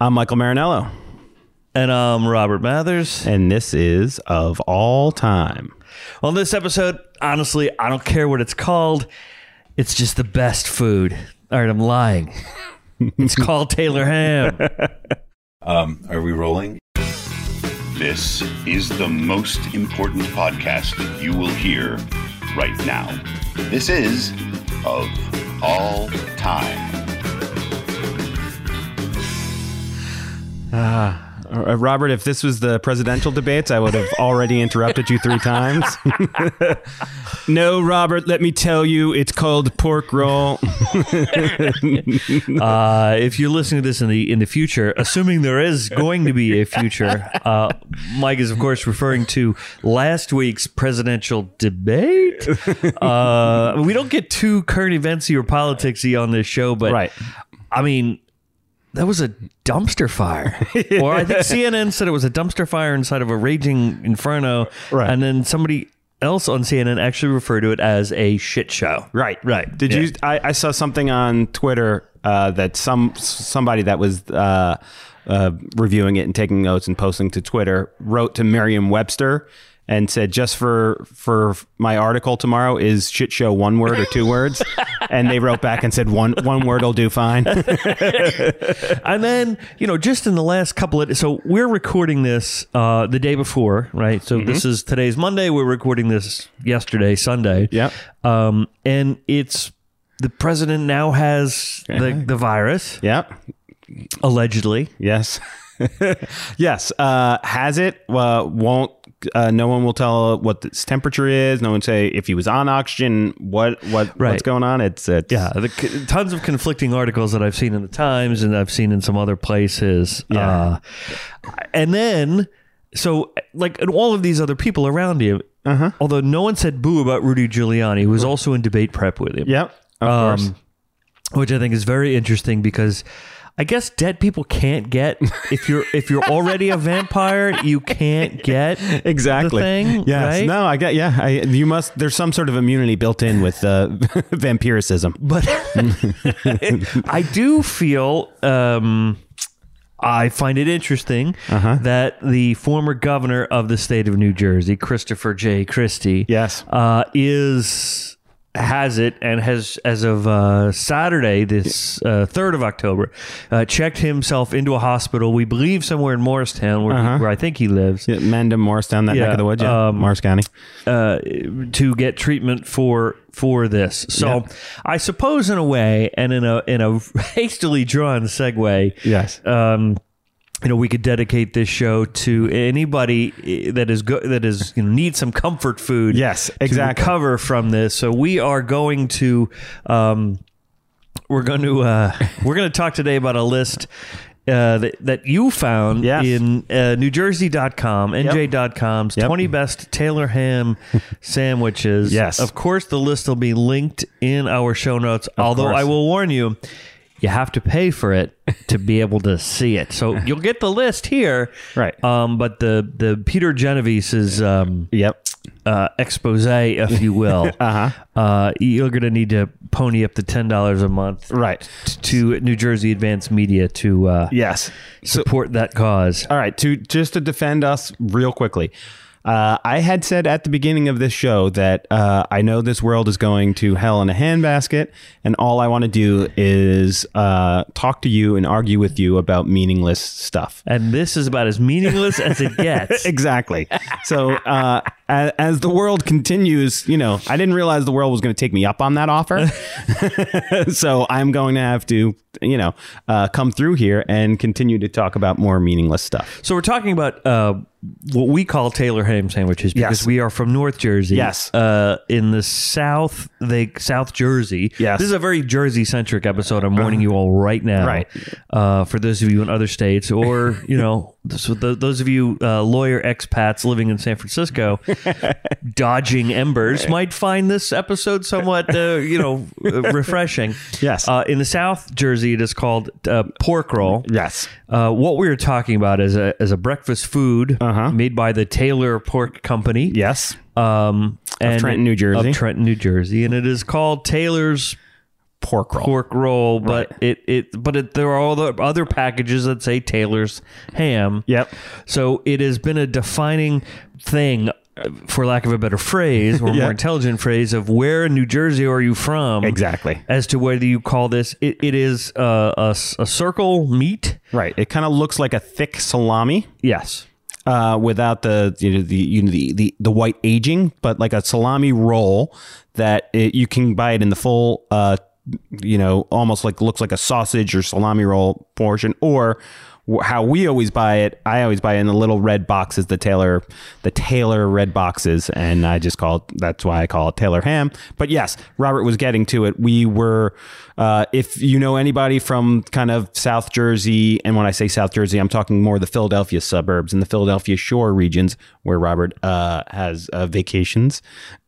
I'm Michael Marinello, And um, Robert Mathers. and this is Of All Time. On this episode, honestly, I don't care what it's called. It's just the best food. All right, I'm lying. It's called Taylor Ham. Um, are we rolling? This is the most important podcast that you will hear right now. This is of all time. Uh, Robert, if this was the presidential debates, I would have already interrupted you three times. no, Robert, let me tell you, it's called pork roll. Uh, if you're listening to this in the in the future, assuming there is going to be a future, uh, Mike is of course referring to last week's presidential debate. Uh, we don't get too current eventsy or politicsy on this show, but Right. I mean, that was a dumpster fire. or I think CNN said it was a dumpster fire inside of a raging inferno, Right. and then somebody else on CNN actually referred to it as a shit show. Right, right. Did Yeah. you? I, I saw something on Twitter uh, that some somebody that was uh, uh, reviewing it and taking notes and posting to Twitter wrote to Merriam-Webster and said, "Just for for my article tomorrow is shit show one word or two words," and they wrote back and said, "One one word will do fine." And then, you know, just in the last couple of so we're recording this uh the day before, right? So this is today's Monday, we're recording this yesterday, Sunday. Yep. Um and it's the president now has the, the virus, yeah. allegedly. Yes. yes. Uh, has it? Uh, won't. Uh, no one will tell what its temperature is. No one say if he was on oxygen. What what Right. what's going on? It's, it's Yeah, Uh, the, c- tons of conflicting articles that I've seen in the Times and I've seen in some other places. Yeah. Uh, and then, so like, and all of these other people around him. Although no one said boo about Rudy Giuliani, who was also in debate prep with him. Yep. Of Uh, course. which I think is very interesting because I guess dead people can't get if you're if you're already a vampire, you can't get Exactly. the thing, yes. right? No, I get. Yeah. I, you must. There's some sort of immunity built in with uh, vampiricism. but I do feel um, I find it interesting that the former governor of the state of New Jersey, Christopher J. Christie, Yes. uh, is has it and has as of uh, Saturday, this uh, third of October, uh, checked himself into a hospital. We believe somewhere in Morristown, where, he- where I think he lives, Yeah, Mandem Morris down that Yeah, neck of the woods. Yeah. um, Morris County. uh, to get treatment for for this. So I suppose in a way, and in a in a hastily drawn segue, Yes. um, you know, we could dedicate this show to anybody eh, that is go- that is you know, need some comfort food. Yes, exactly. To recover from this, so we are going to um, we're going to uh, we're going to talk today about a list. Uh, that, that you found Yes. in uh, newjersey.com, nj.com's Yep. 20 best Taylor ham sandwiches. Yes. Of course, the list will be linked in our show notes, although course. I will warn you, you have to pay for it to be able to see it. So you'll get the list here. Right. Um, but the, the Peter Genovese's um, yep. uh, expose, if you will, uh-huh. you're going to need to pony up the $10 a month Right. to New Jersey Advanced Media to uh, Yes. support that cause. All right, to just to defend us real quickly. Uh, I had said at the beginning of this show that uh, I know this world is going to hell in a handbasket, and all I want to do is uh, talk to you and argue with you about meaningless stuff. And this is about as meaningless as it gets. Exactly. So uh, as, as the world continues, you know, I didn't realize the world was going to take me up on that offer. so I'm going to have to, you know, uh, come through here and continue to talk about more meaningless stuff. So we're talking about uh, what we call Taylor ham sandwiches because Yes. we are from North Jersey. Yes. uh, in the South, they South Jersey. Yes. Uh-huh. this is a very Jersey centric episode. I'm warning you all right now. Right. uh, for those of you in other states, or you know, so th- those of you uh, lawyer expats living in San Francisco, dodging embers, might find this episode somewhat, uh, you know, refreshing. Yes. uh, in the South Jersey, it is called uh, pork roll. Yes. Uh, what we were talking about is a is a breakfast food Uh-huh. made by the Taylor Pork Company. Yes. um, and Trenton, New Jersey. Of Trenton, New Jersey, and it is called Taylor's pork roll. pork roll, but it it but it, there are all the other packages that say Taylor's ham. Yep. So it has been a defining thing, uh, for lack of a better phrase or Yeah. more intelligent phrase, of where in New Jersey are you from? Exactly. As to whether you call this, it, it is uh, a, s- a circle meat. Right. It kind of looks like a thick salami. Yes. uh, without the you know the you know the, the the white aging, but like a salami roll that it, you can buy it in the full, uh, you know, almost like looks like a sausage or salami roll portion, or wh- how we always buy it. I always buy it in the little red boxes, the Taylor, the Taylor red boxes, and I just call it. That's why I call it Taylor ham. But yes, Robert was getting to it. We were, uh, if you know anybody from kind of South Jersey, and when I say South Jersey, I'm talking more the Philadelphia suburbs and the Philadelphia shore regions where Robert uh, has uh, vacations,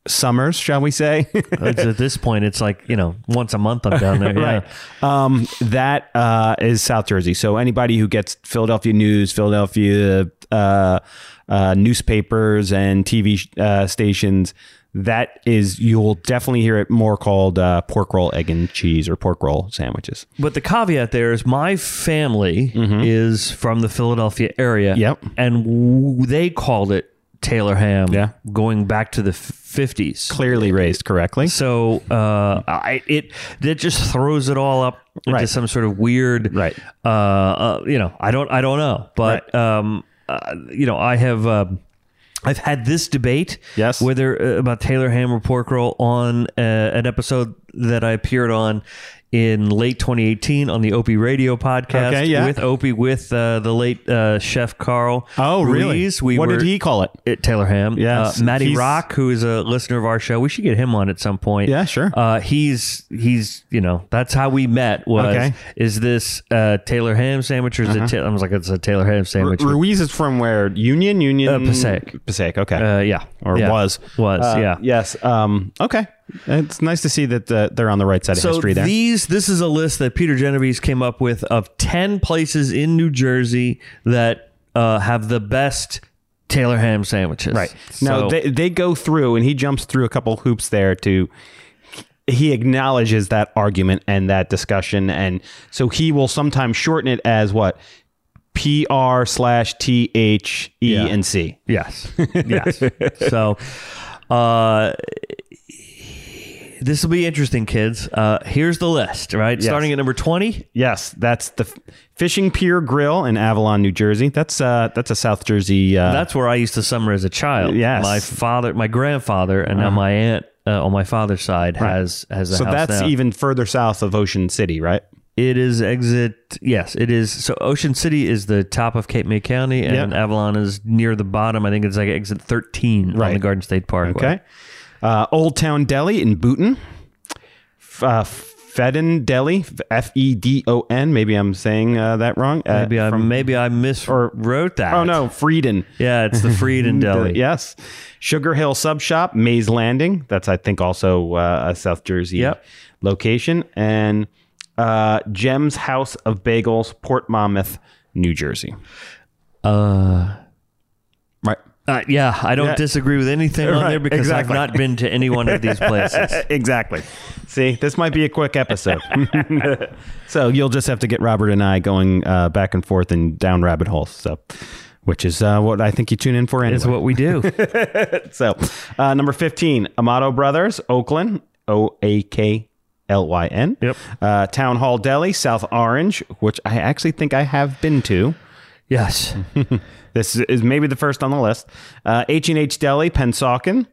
summers, shall we say? It's at this point, it's like you know, once a month I'm down there. Yeah. um, that uh, is South Jersey. So anybody who gets Philadelphia news, Philadelphia uh, uh, newspapers, and TV sh- uh, stations, that is you'll definitely hear it more called uh, pork roll, egg and cheese, or pork roll sandwiches. But the caveat there is my family is from the Philadelphia area. Yep. And w- they called it Taylor ham Yeah. going back to the f- 50s. Clearly raised correctly. So uh, I, it that just throws it all up into Right. some sort of weird, Right. Uh, uh, you know, I don't, I don't know, but um, uh, you know, I have, um I've had this debate, Yes. whether uh, about Taylor ham or pork roll on uh, an episode that I appeared on in late 2018 on the Opie Radio podcast Okay, yeah. with Opie with uh, the late uh, chef Carl. Ruiz. We what were, Oh, did he call it? it, Taylor Ham. Yes. Uh, Matty He's- Rock, who is a listener of our show. We should get him on at some point. Yeah, sure. Uh, he's he's you know that's how we met. Was Okay. is this uh, Taylor Ham sandwich or is it? Ta- I was like it's a Taylor Ham sandwich. Ru- Ruiz is from where? Union, Union, Uh, Passaic. Passaic. Okay. uh, yeah, or Yeah. was was Uh, yeah. yes um okay it's nice to see that uh, they're on the right side of So history there these this is a list that Peter Genovese came up with of ten places in New Jersey that uh, have the best Taylor Ham sandwiches. Right. Now So- they, they go through and he jumps through a couple hoops there to he acknowledges that argument and that discussion and so he will sometimes shorten it as what PR slash T H E Yeah. and C. Yes. Yes. so uh this will be interesting, kids. Uh here's the list, right? Starting at number 20. Yes, that's the F- Fishing Pier Grill in Avalon, New Jersey. That's uh that's a South Jersey uh That's where I used to summer as a child. Yes. Uh-huh. My father, my grandfather, and now my aunt uh, on my father's side has has a so house that's now. even further south of Ocean City, right? It is exit. Yes, it is. So Ocean City is the top of Cape May County, and Yep. Avalon is near the bottom. I think it's like exit 13 on Right. the Garden State Parkway. Okay. Uh, Old Town Deli in Booton. F- uh, Fedon Deli, F E D O N. Maybe I'm saying uh, that wrong. Uh, Maybe I maybe I miswrote that. oh no, Frieden. Yeah, it's the Freed and Deli. Yes. Sugar Hill Sub Shop, Maze Landing. That's I think also uh, a South Jersey Yep. location. And uh, Jem's House of Bagels, Port Monmouth, New Jersey. Uh, Right. uh, yeah, I don't Yeah. disagree with anything on Right, there because exactly. I've not been to any one of these places. Uh, exactly. See, this might be a quick episode. so you'll just have to get Robert and I going uh, back and forth and down rabbit holes. So, which is uh, what I think you tune in for anyway. It's what we do. so, uh, number fifteen, Amato Brothers, Oakland, O A K L Y N. Yep. Uh, Town Hall Deli, South Orange, which I actually think I have been to. Yes. This is maybe the first on the list. Uh, H and H Deli, Pensauken,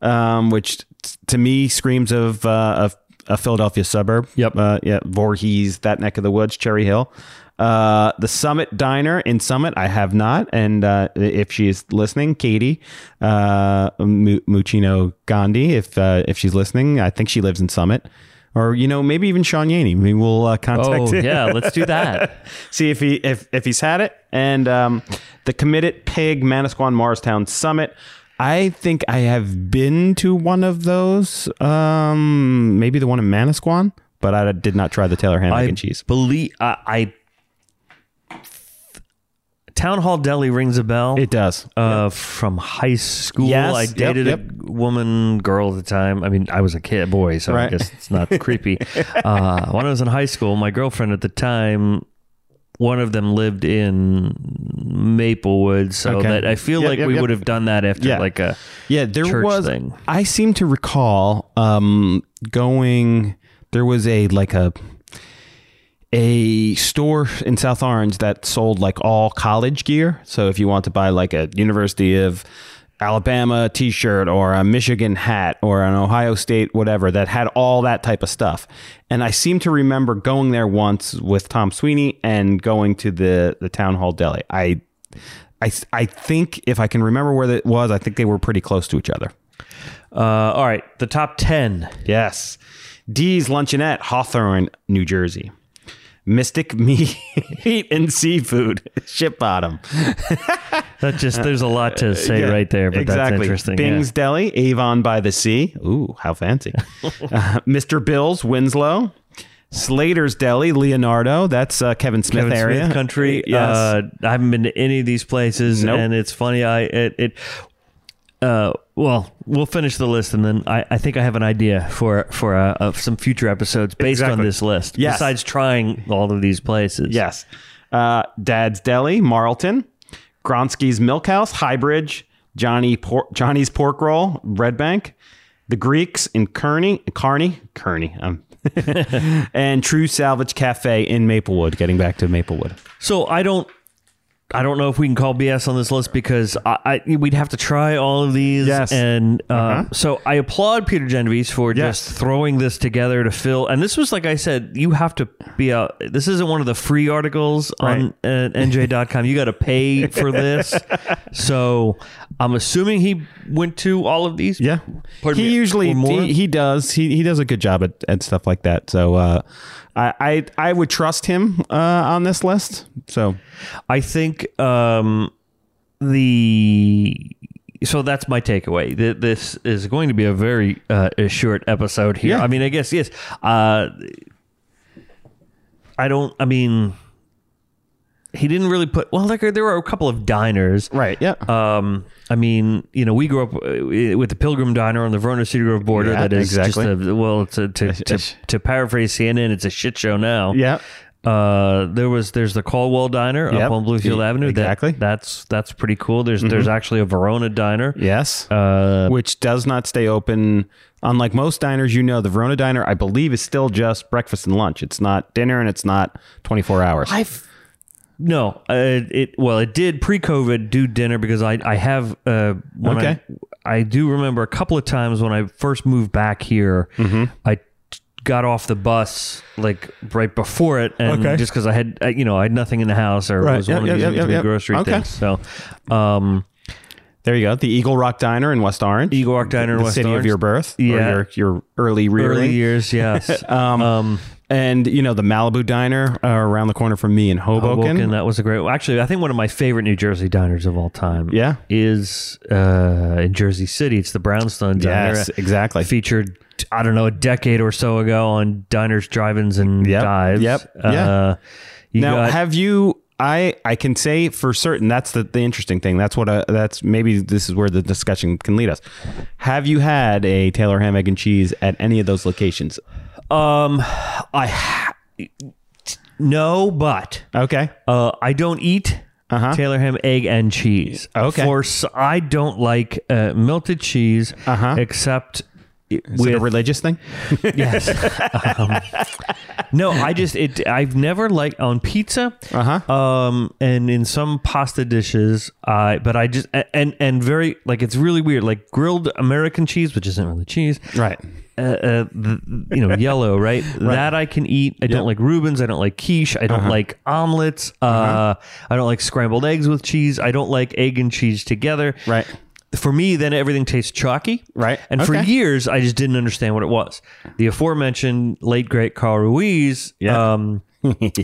um, which t- to me screams of uh, of a Philadelphia suburb. Yep. Uh, yeah, Voorhees, that neck of the woods, Cherry Hill. Uh, the Summit Diner in Summit, I have not. And uh, if she is listening, Katie uh, Mu- Muccino Gandhi, if uh, if she's listening, I think she lives in Summit. Or you know maybe even Sean Yaney. Maybe we'll uh, contact Oh, him yeah, let's do that. see if he if if he's had it. And um, the committed pig Manasquan Marstown Summit. I think I have been to one of those. Um, maybe the one in Manasquan, but I did not try the Taylor ham mac I and cheese. believe I, I Town Hall Deli rings a bell. It does. Uh, from high school, Yes, I yep, dated yep. a woman, girl at the time. I mean, I was a kid, boy, so I Right. guess it's not creepy. Uh, when I was in high school, my girlfriend at the time, one of them lived in Maplewood, so Okay. that I feel Yep, like yep, we yep. would have done that after Yeah. like a Yeah, there church was. thing. I seem to recall um, going. There was a like a a store in South Orange that sold like all college gear. So if you want to buy like a University of Alabama T-shirt or a Michigan hat or an Ohio State whatever that had all that type of stuff. And I seem to remember going there once with Tom Sweeney and going to the the town hall deli. I. I, I think if I can remember where it was, I think they were pretty close to each other. Uh, all right, the top ten. Yes. Dee's Luncheonette, Hawthorne, New Jersey. Mystic Meat and Seafood, Ship Bottom. That just there's a lot Uh, to say right there, but that's interesting. yeah. Bing's Deli, Avon by the Sea. Ooh, how fancy. Uh, Mr. Bill's, Winslow. Slater's Deli, Leonardo. That's uh, Kevin Smith Kevin area. Smith country. Yes. Uh, I haven't been to any of these places, Nope. and it's funny. I it. it uh, well, we'll finish the list, and then I, I think I have an idea for for uh, of some future episodes based on Exactly. this list. Yes. Besides trying all of these places, yes. Uh, Dad's Deli, Marlton. Gronsky's Milk House, Highbridge. Johnny Por- Johnny's Pork Roll, Red Bank. The Greeks in Kearney, Kearney, Kearney, um, and True Salvage Cafe in Maplewood. Getting back to Maplewood, So I don't. I don't know if we can call BS on this list because I, I we'd have to try all of these. Yes. Uh-huh. And uh, so I applaud Peter Genovese for Yes. just throwing this together to fill. And this was, like I said, you have to be a. This isn't one of the free articles on uh, NJ.com. You got to pay for this. so I'm assuming he went to all of these. yeah. Pardon he me, usually or more? he, he does he, he does a good job at, at stuff like that. So uh, I, I I would trust him uh, on this list. So I think um, the so that's my takeaway. Th- This is going to be a very uh, a short episode here. Yeah. I mean, I guess yes. Uh, I don't. I mean, he didn't really put. Well, like there were a couple of diners, right, yeah, um, I mean, you know, we grew up uh, with the Pilgrim Diner on the Verona City Grove border. Yeah, that is exactly. just a, well, to to, to, sh- to paraphrase CNN, it's a shit show now. Yeah. Uh, there was there's the Caldwell Diner Yep. up on Bluefield E- Avenue. That- exactly. Mm-hmm. that's that's pretty cool. There's there's actually a Verona Diner. yes, Uh, which does not stay open. Unlike most diners, you know, the Verona Diner, I believe, is still just breakfast and lunch. It's not dinner and it's not twenty four hours. I've no, uh, it well, it did pre-COVID do dinner because I I have uh when Okay. I, I do remember a couple of times when I first moved back here, Mm-hmm. I t- got off the bus like right before it, and Okay. just because I had uh, you know I had nothing in the house or Right. was Yep, one of these yep, yep, to yep. grocery Okay. things. So, um, There you go. The Eagle Rock Diner in West Orange. Eagle Rock Diner in the West city Orange. of your birth. or Yeah. your, your early rearing. early years, yes. Um, and you know the Malibu Diner uh, around the corner from me in Hoboken. Hoboken, that was a great. Actually, I think one of my favorite New Jersey diners of all time. Yeah. is uh, in Jersey City. It's the Brownstone Diner. Yes, exactly. Featured, I don't know, a decade or so ago on Diners, Drive-ins, and Yep, Dives. yep, Uh, yeah. You now, got, have you? I I can say for certain that's the, the interesting thing. That's what. I, that's maybe this is where the discussion can lead us. Have you had a Taylor ham, egg, and cheese at any of those locations? um, I ha- no, but Okay. Uh, I don't eat Uh-huh. Taylor ham, egg, and cheese. Okay. For s- I don't like uh, melted cheese Uh-huh. except Is it a religious thing? yes. Um, no, I just it. I've never liked on pizza. Uh huh. Um, and in some pasta dishes, I but I just a- and and very like it's really weird. Like grilled American cheese, which isn't really cheese. Right. Uh, uh, th- you know, yellow, right? That I can eat. I don't like Rubens. I don't like quiche. I Uh-huh. don't like omelets. Uh, I don't like scrambled eggs with cheese. I don't like egg and cheese together. Right. For me, then everything tastes chalky. Right. And for Okay. years, I just didn't understand what it was. The aforementioned late great Carl Ruiz. Yeah. Um,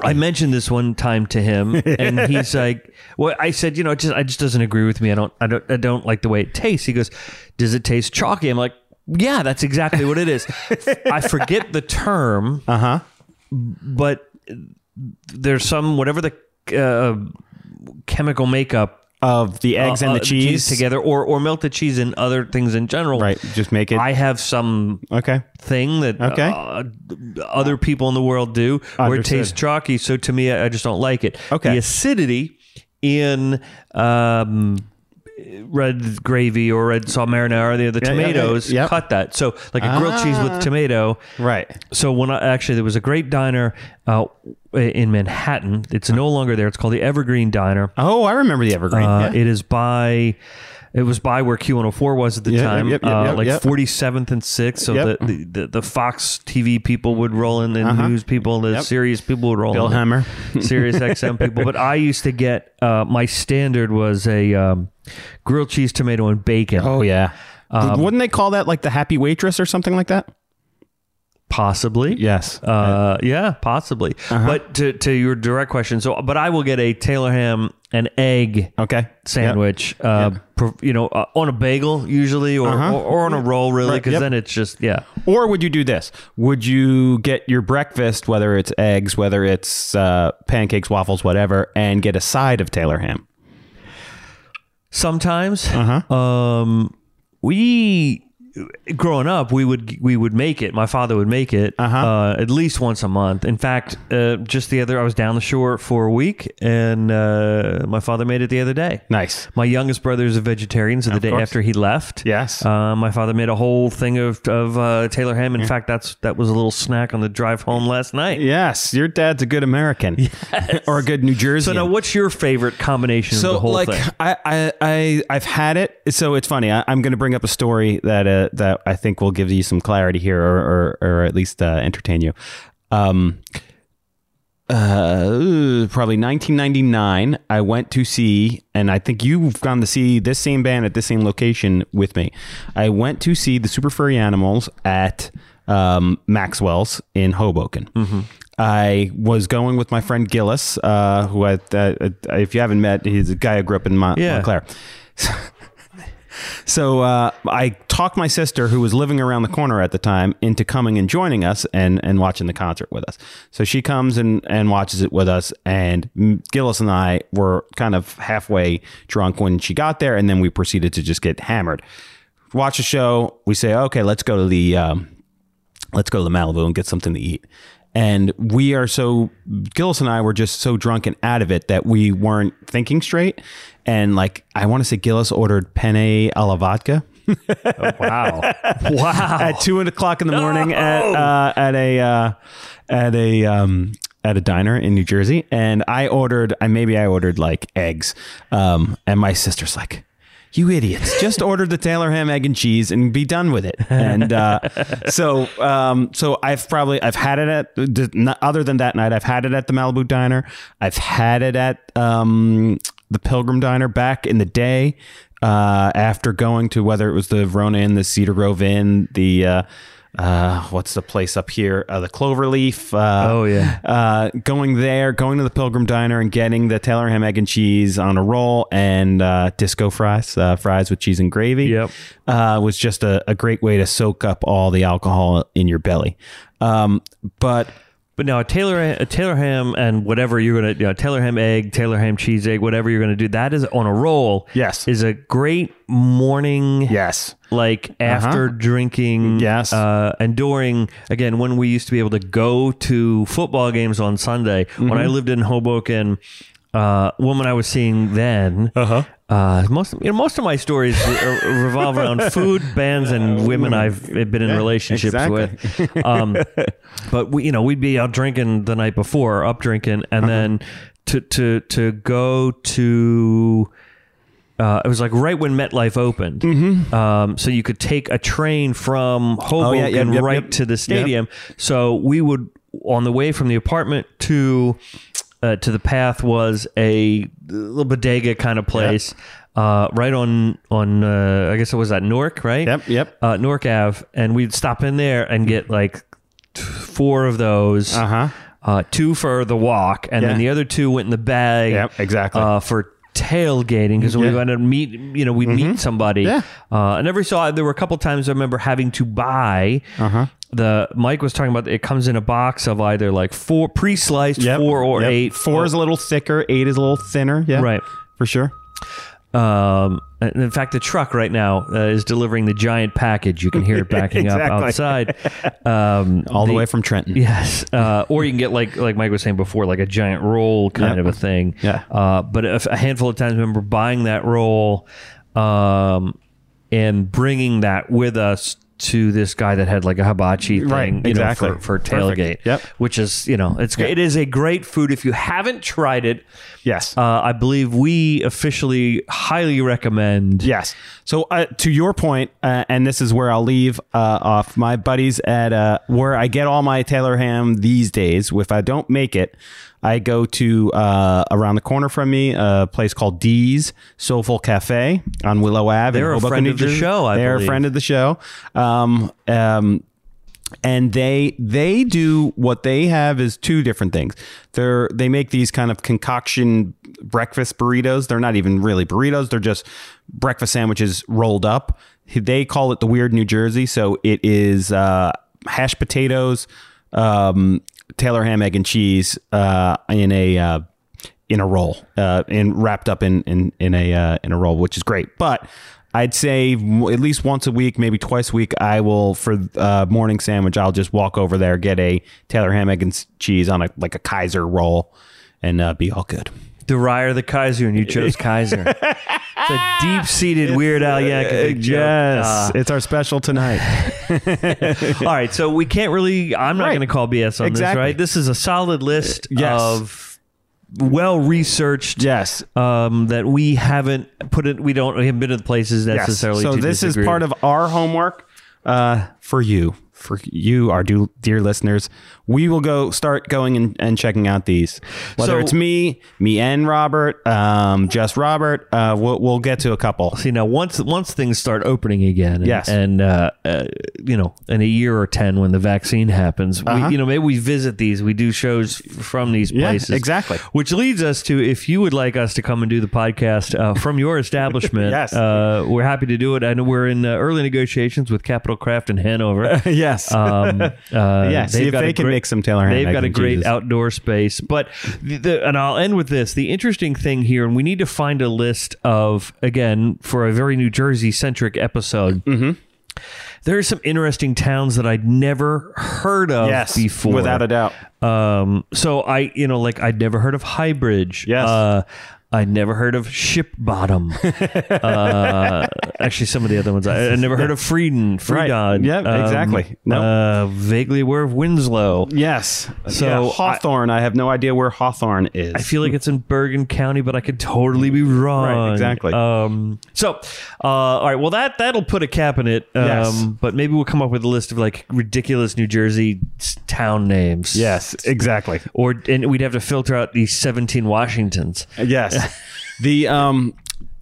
I mentioned this one time to him, and he's like, "Well, I said, you know, it just I just doesn't agree with me. I don't, I don't, I don't like the way it tastes." He goes, "Does it taste chalky?" I'm like, "Yeah, that's exactly what it is." I forget the term, Uh huh. but there's some whatever the uh, chemical makeup of the eggs uh, and uh, the cheese, together, or or melted cheese and other things in general. Right. Just make it. I have some okay. thing that Okay. uh, other people in the world do where it Understood. tastes chalky. So to me, I I just don't like it. Okay. The acidity in um, red gravy or red salt marinara, the, the yeah, yeah, tomatoes yeah. Ah. cut that. So like a grilled cheese with tomato. Right. So when I actually there was a great diner uh, in Manhattan. It's no longer there. It's called the Evergreen Diner. Oh, I remember the evergreen. Uh, yeah. It is by. It was by where Q104 was at the Yeah, time, yep, yep, uh, yep, like yep. 47th and 6th. So Yep. Uh-huh. the, the, the, the Fox TV people would roll in, the news people, the serious people would roll Bill in. Hemmer. Serious XM people. But I used to get, uh, my standard was a um, grilled cheese, tomato, and bacon. oh yeah. Um, Wouldn't they call that like the happy waitress or something like that? Possibly. Yes. Uh, yeah, possibly. Uh-huh. But to, to your direct question, so but I will get a Taylor ham and egg okay. sandwich. Uh, pro- you know, uh, on a bagel usually, or or, or on a roll really, Uh-huh. Right, because yep. then it's just yeah. Or would you do this? Would you get your breakfast, whether it's eggs, whether it's uh, pancakes, waffles, whatever, and get a side of Taylor ham? Sometimes, Uh-huh. um, we growing up we would we would make it my father would make it Uh-huh. uh at least once a month in fact uh, just the other i was down the shore for a week and uh, my father made it the other day Nice. My youngest brother is a vegetarian, so the day after he left, Yes. uh, my father made a whole thing of of uh, Taylor ham. In fact, that's that was a little snack on the drive home last night. Yes, your dad's a good American or a good New Jersey. So now, what's your favorite combination of the whole like, thing? I, I, I, I've had it. So it's funny. I, I'm going to bring up a story that uh, that I think will give you some clarity here, or or, or at least uh, entertain you. Um, uh, ooh, probably 1999. I went to see, and I think you've gone to see this same band at this same location with me. I went to see the Super Furry Animals at um, Maxwell's in Hoboken. I was going with my friend Gillis, uh, who I, uh, if you haven't met, he's a guy who grew up in Mon- Yeah. Montclair. So uh, I talked my sister, who was living around the corner at the time, into coming and joining us and, and watching the concert with us. So she comes and, and watches it with us. And M- Gillis and I were kind of halfway drunk when she got there. And then we proceeded to just get hammered. Watch the show. We say, okay, let's go to the um, let's go to the Malibu and get something to eat. And we are so Gillis and I were just so drunk and out of it that we weren't thinking straight. And like I want to say Gillis ordered penne alla vodka wow, wow. at two o'clock in the morning at uh, at a uh, at a um, at a diner in New Jersey, and I ordered. I maybe I ordered like eggs, um, and my sister's like. You idiots! Just order the Taylor ham, egg, and cheese, and be done with it. And uh, so, um, so I've probably I've had it at not- other than that night. I've had it at the Malibu Diner. I've had it at um, the Pilgrim Diner back in the day uh, after going to whether it was the Verona Inn, the Cedar Grove Inn, the uh, uh, what's the place up here, uh, the Cloverleaf. Uh, Oh, yeah. uh, going there, going to the Pilgrim Diner, and getting the Taylor ham egg and cheese on a roll and uh, disco fries, uh, fries with cheese and gravy. Yep. uh, was just a, a great way to soak up all the alcohol in your belly. Um, but But now a Taylor a Taylor ham and whatever you're gonna you know, Taylor ham egg, Taylor ham cheese egg, whatever you're gonna do, that is on a roll. Yes. is a great morning. yes, like after drinking Yes. uh, and during again when we used to be able to go to football games on sunday when i lived in hoboken uh, woman i was seeing then uh-huh. most you know, most of my stories re- uh, revolve around food bands and women i've been in relationships exactly. with um, but we you know we'd be out drinking the night before up drinking and then to to to go to uh, it was like right when MetLife opened, um, so you could take a train from Hoboken Mm-hmm. Oh, yeah, yep, yep, right yep. to the stadium. So we would on the way from the apartment to uh, to the path was a little bodega kind of place, uh, right on on uh, I guess it was at Newark, right? Yep, yep. Uh, Newark Ave, and we'd stop in there and get like t- four of those. uh huh, Uh, two for the walk, and Yeah. then the other two went in the bag. Yep, exactly. Uh, for tailgating because we Yeah. Mm-hmm. went to meet, you know, we'd meet somebody. Yeah. Uh, and every so there were a couple times I remember having to buy. Uh-huh. The Mike was talking about it comes in a box of either like four pre-sliced Yep, four or yep. eight Four is a little thicker. Eight is a little thinner. Yeah, Right. for sure. Um, and in fact, the truck right now uh, is delivering the giant package. You can hear it backing up Exactly. outside. Um, All the, way from Trenton. Yes, uh, or you can get like like Mike was saying before, like a giant roll kind Yep. of a thing. Yeah. Uh, but a, a handful of times, I remember buying that roll, um, and bringing that with us to this guy that had like a hibachi thing, Right, you know, exactly. for, for Perfect. tailgate. Yep. Which is you know it's it is a great food if you haven't tried it. Yes. Uh, I believe we officially highly recommend. Yes. So uh, to your point, uh, and this is where I'll leave uh, off. My buddies at uh, where I get all my Taylor ham these days. If I don't make it, I go to uh, around the corner from me a place called Dee's Soulful Cafe on Willow Ave. in They're a Hoboken, friend New of the Jersey. show, I They're believe. a friend of the show. Um, um, and they they do what they have is two different things. They're they make these kind of concoction breakfast burritos. They're not even really burritos. They're just breakfast sandwiches rolled up. They call it the weird New Jersey. So it is uh, hash potatoes, um, Taylor ham, egg and cheese uh, in a uh, in a roll uh, and wrapped up in in in a uh, in a roll, which is great. But I'd say w- at least once a week, maybe twice a week, I will for uh, morning sandwich. I'll just walk over there, get a Taylor ham, egg, and s- cheese on a like a Kaiser roll, and uh, be all good. The Rye or the Kaiser, and you chose Kaiser. it's a deep seated Weird Al Yankovic joke. Uh, it's our special tonight. all right, so we can't really. I'm not Right. going to call BS on this, Exactly. right? This is a solid list Yes. of well researched. yes. Um, that we haven't put it. We don't. We haven't been to the places Yes. necessarily. So to this disagree. is part of our homework uh, for you, for you, our do, dear listeners. We will go start going and, and checking out these. Whether So- it's me, me and Robert, um, just Robert, uh, we'll, we'll get to a couple. See now, once once things start opening again, and, Yes. and uh, uh, you know, in a year or ten when the vaccine happens, Uh-huh. we, you know, maybe we visit these, we do shows f- from these places, exactly. Which leads us to if you would like us to come and do the podcast uh, from your establishment, Yes. uh, we're happy to do it. I know we're in uh, early negotiations with Capital Craft in Hanover. Yes. Um, uh, Yeah, see they've if got they a can make some Taylor They've Hancock got a and great cheeses. outdoor space, but the, the, and I'll end with this. The interesting thing here, and we need to find a list of again for a very New Jersey centric episode. Mm-hmm. There are some interesting towns that I'd never heard of yes. before, Without a doubt. um, so I, you know, like I'd never heard of High Bridge. Yes. Uh, I never heard of Ship Bottom. uh, actually, some of the other ones I, I never heard of Frieden, Right. Friedon. Yeah, exactly. Nope. Uh, vaguely aware of Winslow. Yes. So Yeah, I- Hawthorne, I, have no idea where Hawthorne is. I feel like it's in Bergen County, but I could totally be wrong. Right, exactly. Um, so, uh, all right. Well, that that'll put a cap in it. Um, Yes. But maybe we'll come up with a list of like ridiculous New Jersey s- town names. yes, exactly. Or and we'd have to filter out the seventeen Washingtons. Yes. the um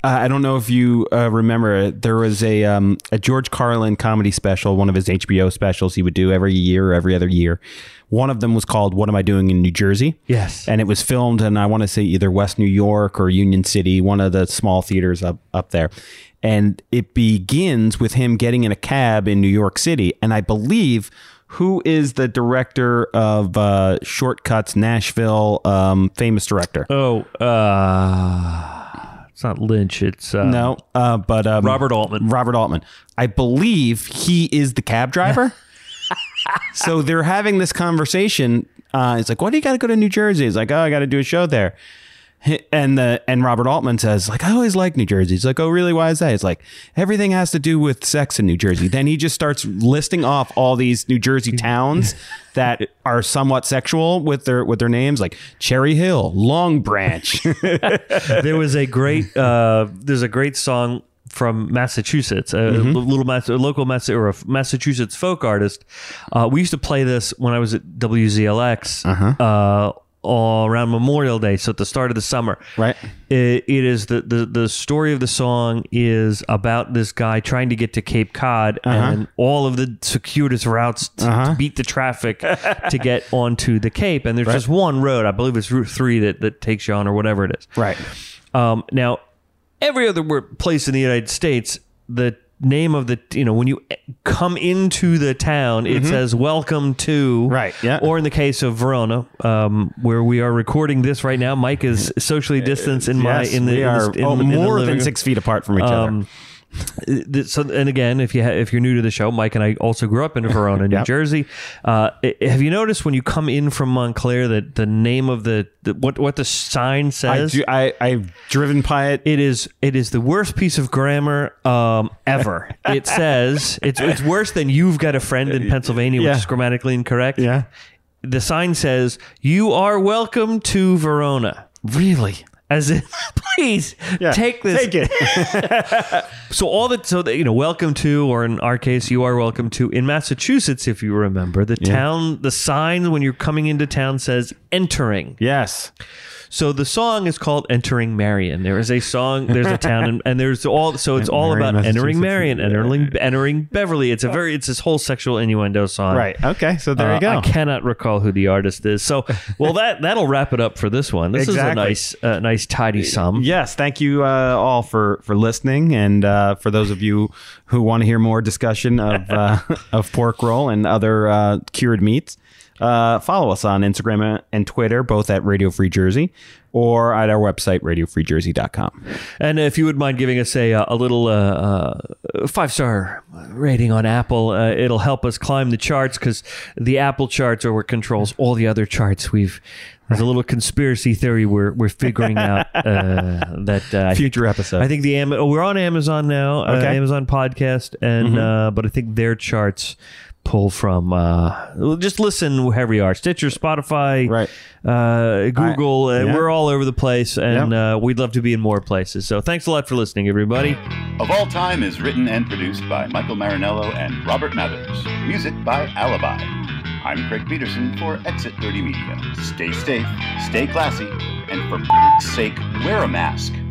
I I don't know if you uh, remember it. There was a um, a George Carlin comedy special, one of his HBO specials he would do every year or every other year. One of them was called "What Am I Doing in New Jersey?" Yes. and it was filmed, and I want to say either West New York or Union City, one of the small theaters up up there. And it begins with him getting in a cab in New York City, and I believe who is the director of uh, Shortcuts Nashville, um, famous director. Oh, uh, it's not Lynch. It's uh, No, uh, but um, Robert Altman. Robert Altman. I believe he is the cab driver. so they're having this conversation. Uh, it's like, "Why do you got to go to New Jersey?" He's like, "Oh, I got to do a show there." And the and Robert Altman says, "Like, I always like New Jersey." He's like, "Oh, really? Why is that?" He's like, "Everything has to do with sex in New Jersey." Then he just starts listing off all these New Jersey towns that are somewhat sexual with their with their names, like Cherry Hill, Long Branch. there was a great uh, there's a great song from Massachusetts, a little Mass- a local Mass- or a Massachusetts folk artist. Uh, we used to play this when I was at WZLX uh all around Memorial Day, so at the start of the summer. Right. It, it is the, the the story of the song is about this guy trying to get to Cape Cod and all of the circuitous routes to, to beat the traffic to get onto the Cape, and there's just one road. I believe it's Route Three that that takes you on or whatever it is. right. Um, now, every other word, place in the United States, the name of the you know when you eh, come into the town, it says "Welcome to." Mm-hmm. Right, yeah. Or in the case of Verona, um, where we are recording this right now, Mike is socially distanced in my Yes, in the we in the- are in the- oh, in the more living than room. six feet apart from each Um, th- so and again, if you ha- if you're new to the show, Mike and I also grew up in Verona, New Yep. Jersey. Uh, i- have you noticed when you come in from Montclair that the name of the, the what what the sign other. I, says? do, I I've driven by it. it is it is the worst piece of grammar um, ever. it says it's it's worse than you've got a friend in Pennsylvania, which Yeah. is grammatically incorrect. Yeah. The sign says you are welcome to Verona. Really? As if, please Yeah. take this Take it. so all the so that you know, welcome to, or in our case, you are welcome to. In Massachusetts, if you remember, the town, the sign when you're coming into town says entering. yes. So the song is called "Entering Marion." There is a song. There's a town, and, and there's all. So it's all Marion, about entering Massachusetts. Marion, entering entering Beverly. It's a very. It's this whole sexual innuendo song. Right. Okay. So there Uh, you go. I cannot recall who the artist is. So, well, that that'll wrap it up for this one. This Exactly. is a nice, uh, nice tidy sum. Yes, thank you uh, all for for listening, and uh, for those of you who want to hear more discussion of uh, of pork roll and other uh, cured meats, uh, follow us on Instagram and Twitter, both at Radio Free Jersey, or at our website radiofreejersey.com. And if you would mind giving us a, uh, a little uh, uh, five star rating on Apple, uh, it'll help us climb the charts because the Apple charts are what controls all the other charts. We've there's a little conspiracy theory we're we're figuring out uh, that uh, I think- Future episode. I think the Am- oh, we're on Amazon now, uh, Okay. Mm-hmm. Amazon podcast, and uh, but I think their charts pull from uh, well, just listen wherever you are, Stitcher, Spotify, Right. uh, Google. uh, yeah. We're all over the place, and uh, we'd love to be in more places. So thanks a lot for listening, everybody. Of All Time is written and produced by Michael Marinello and Robert Mathers. Music by Alibi. I'm Craig Peterson for Exit 30 Media. Stay safe, stay classy, and for sake, wear a mask.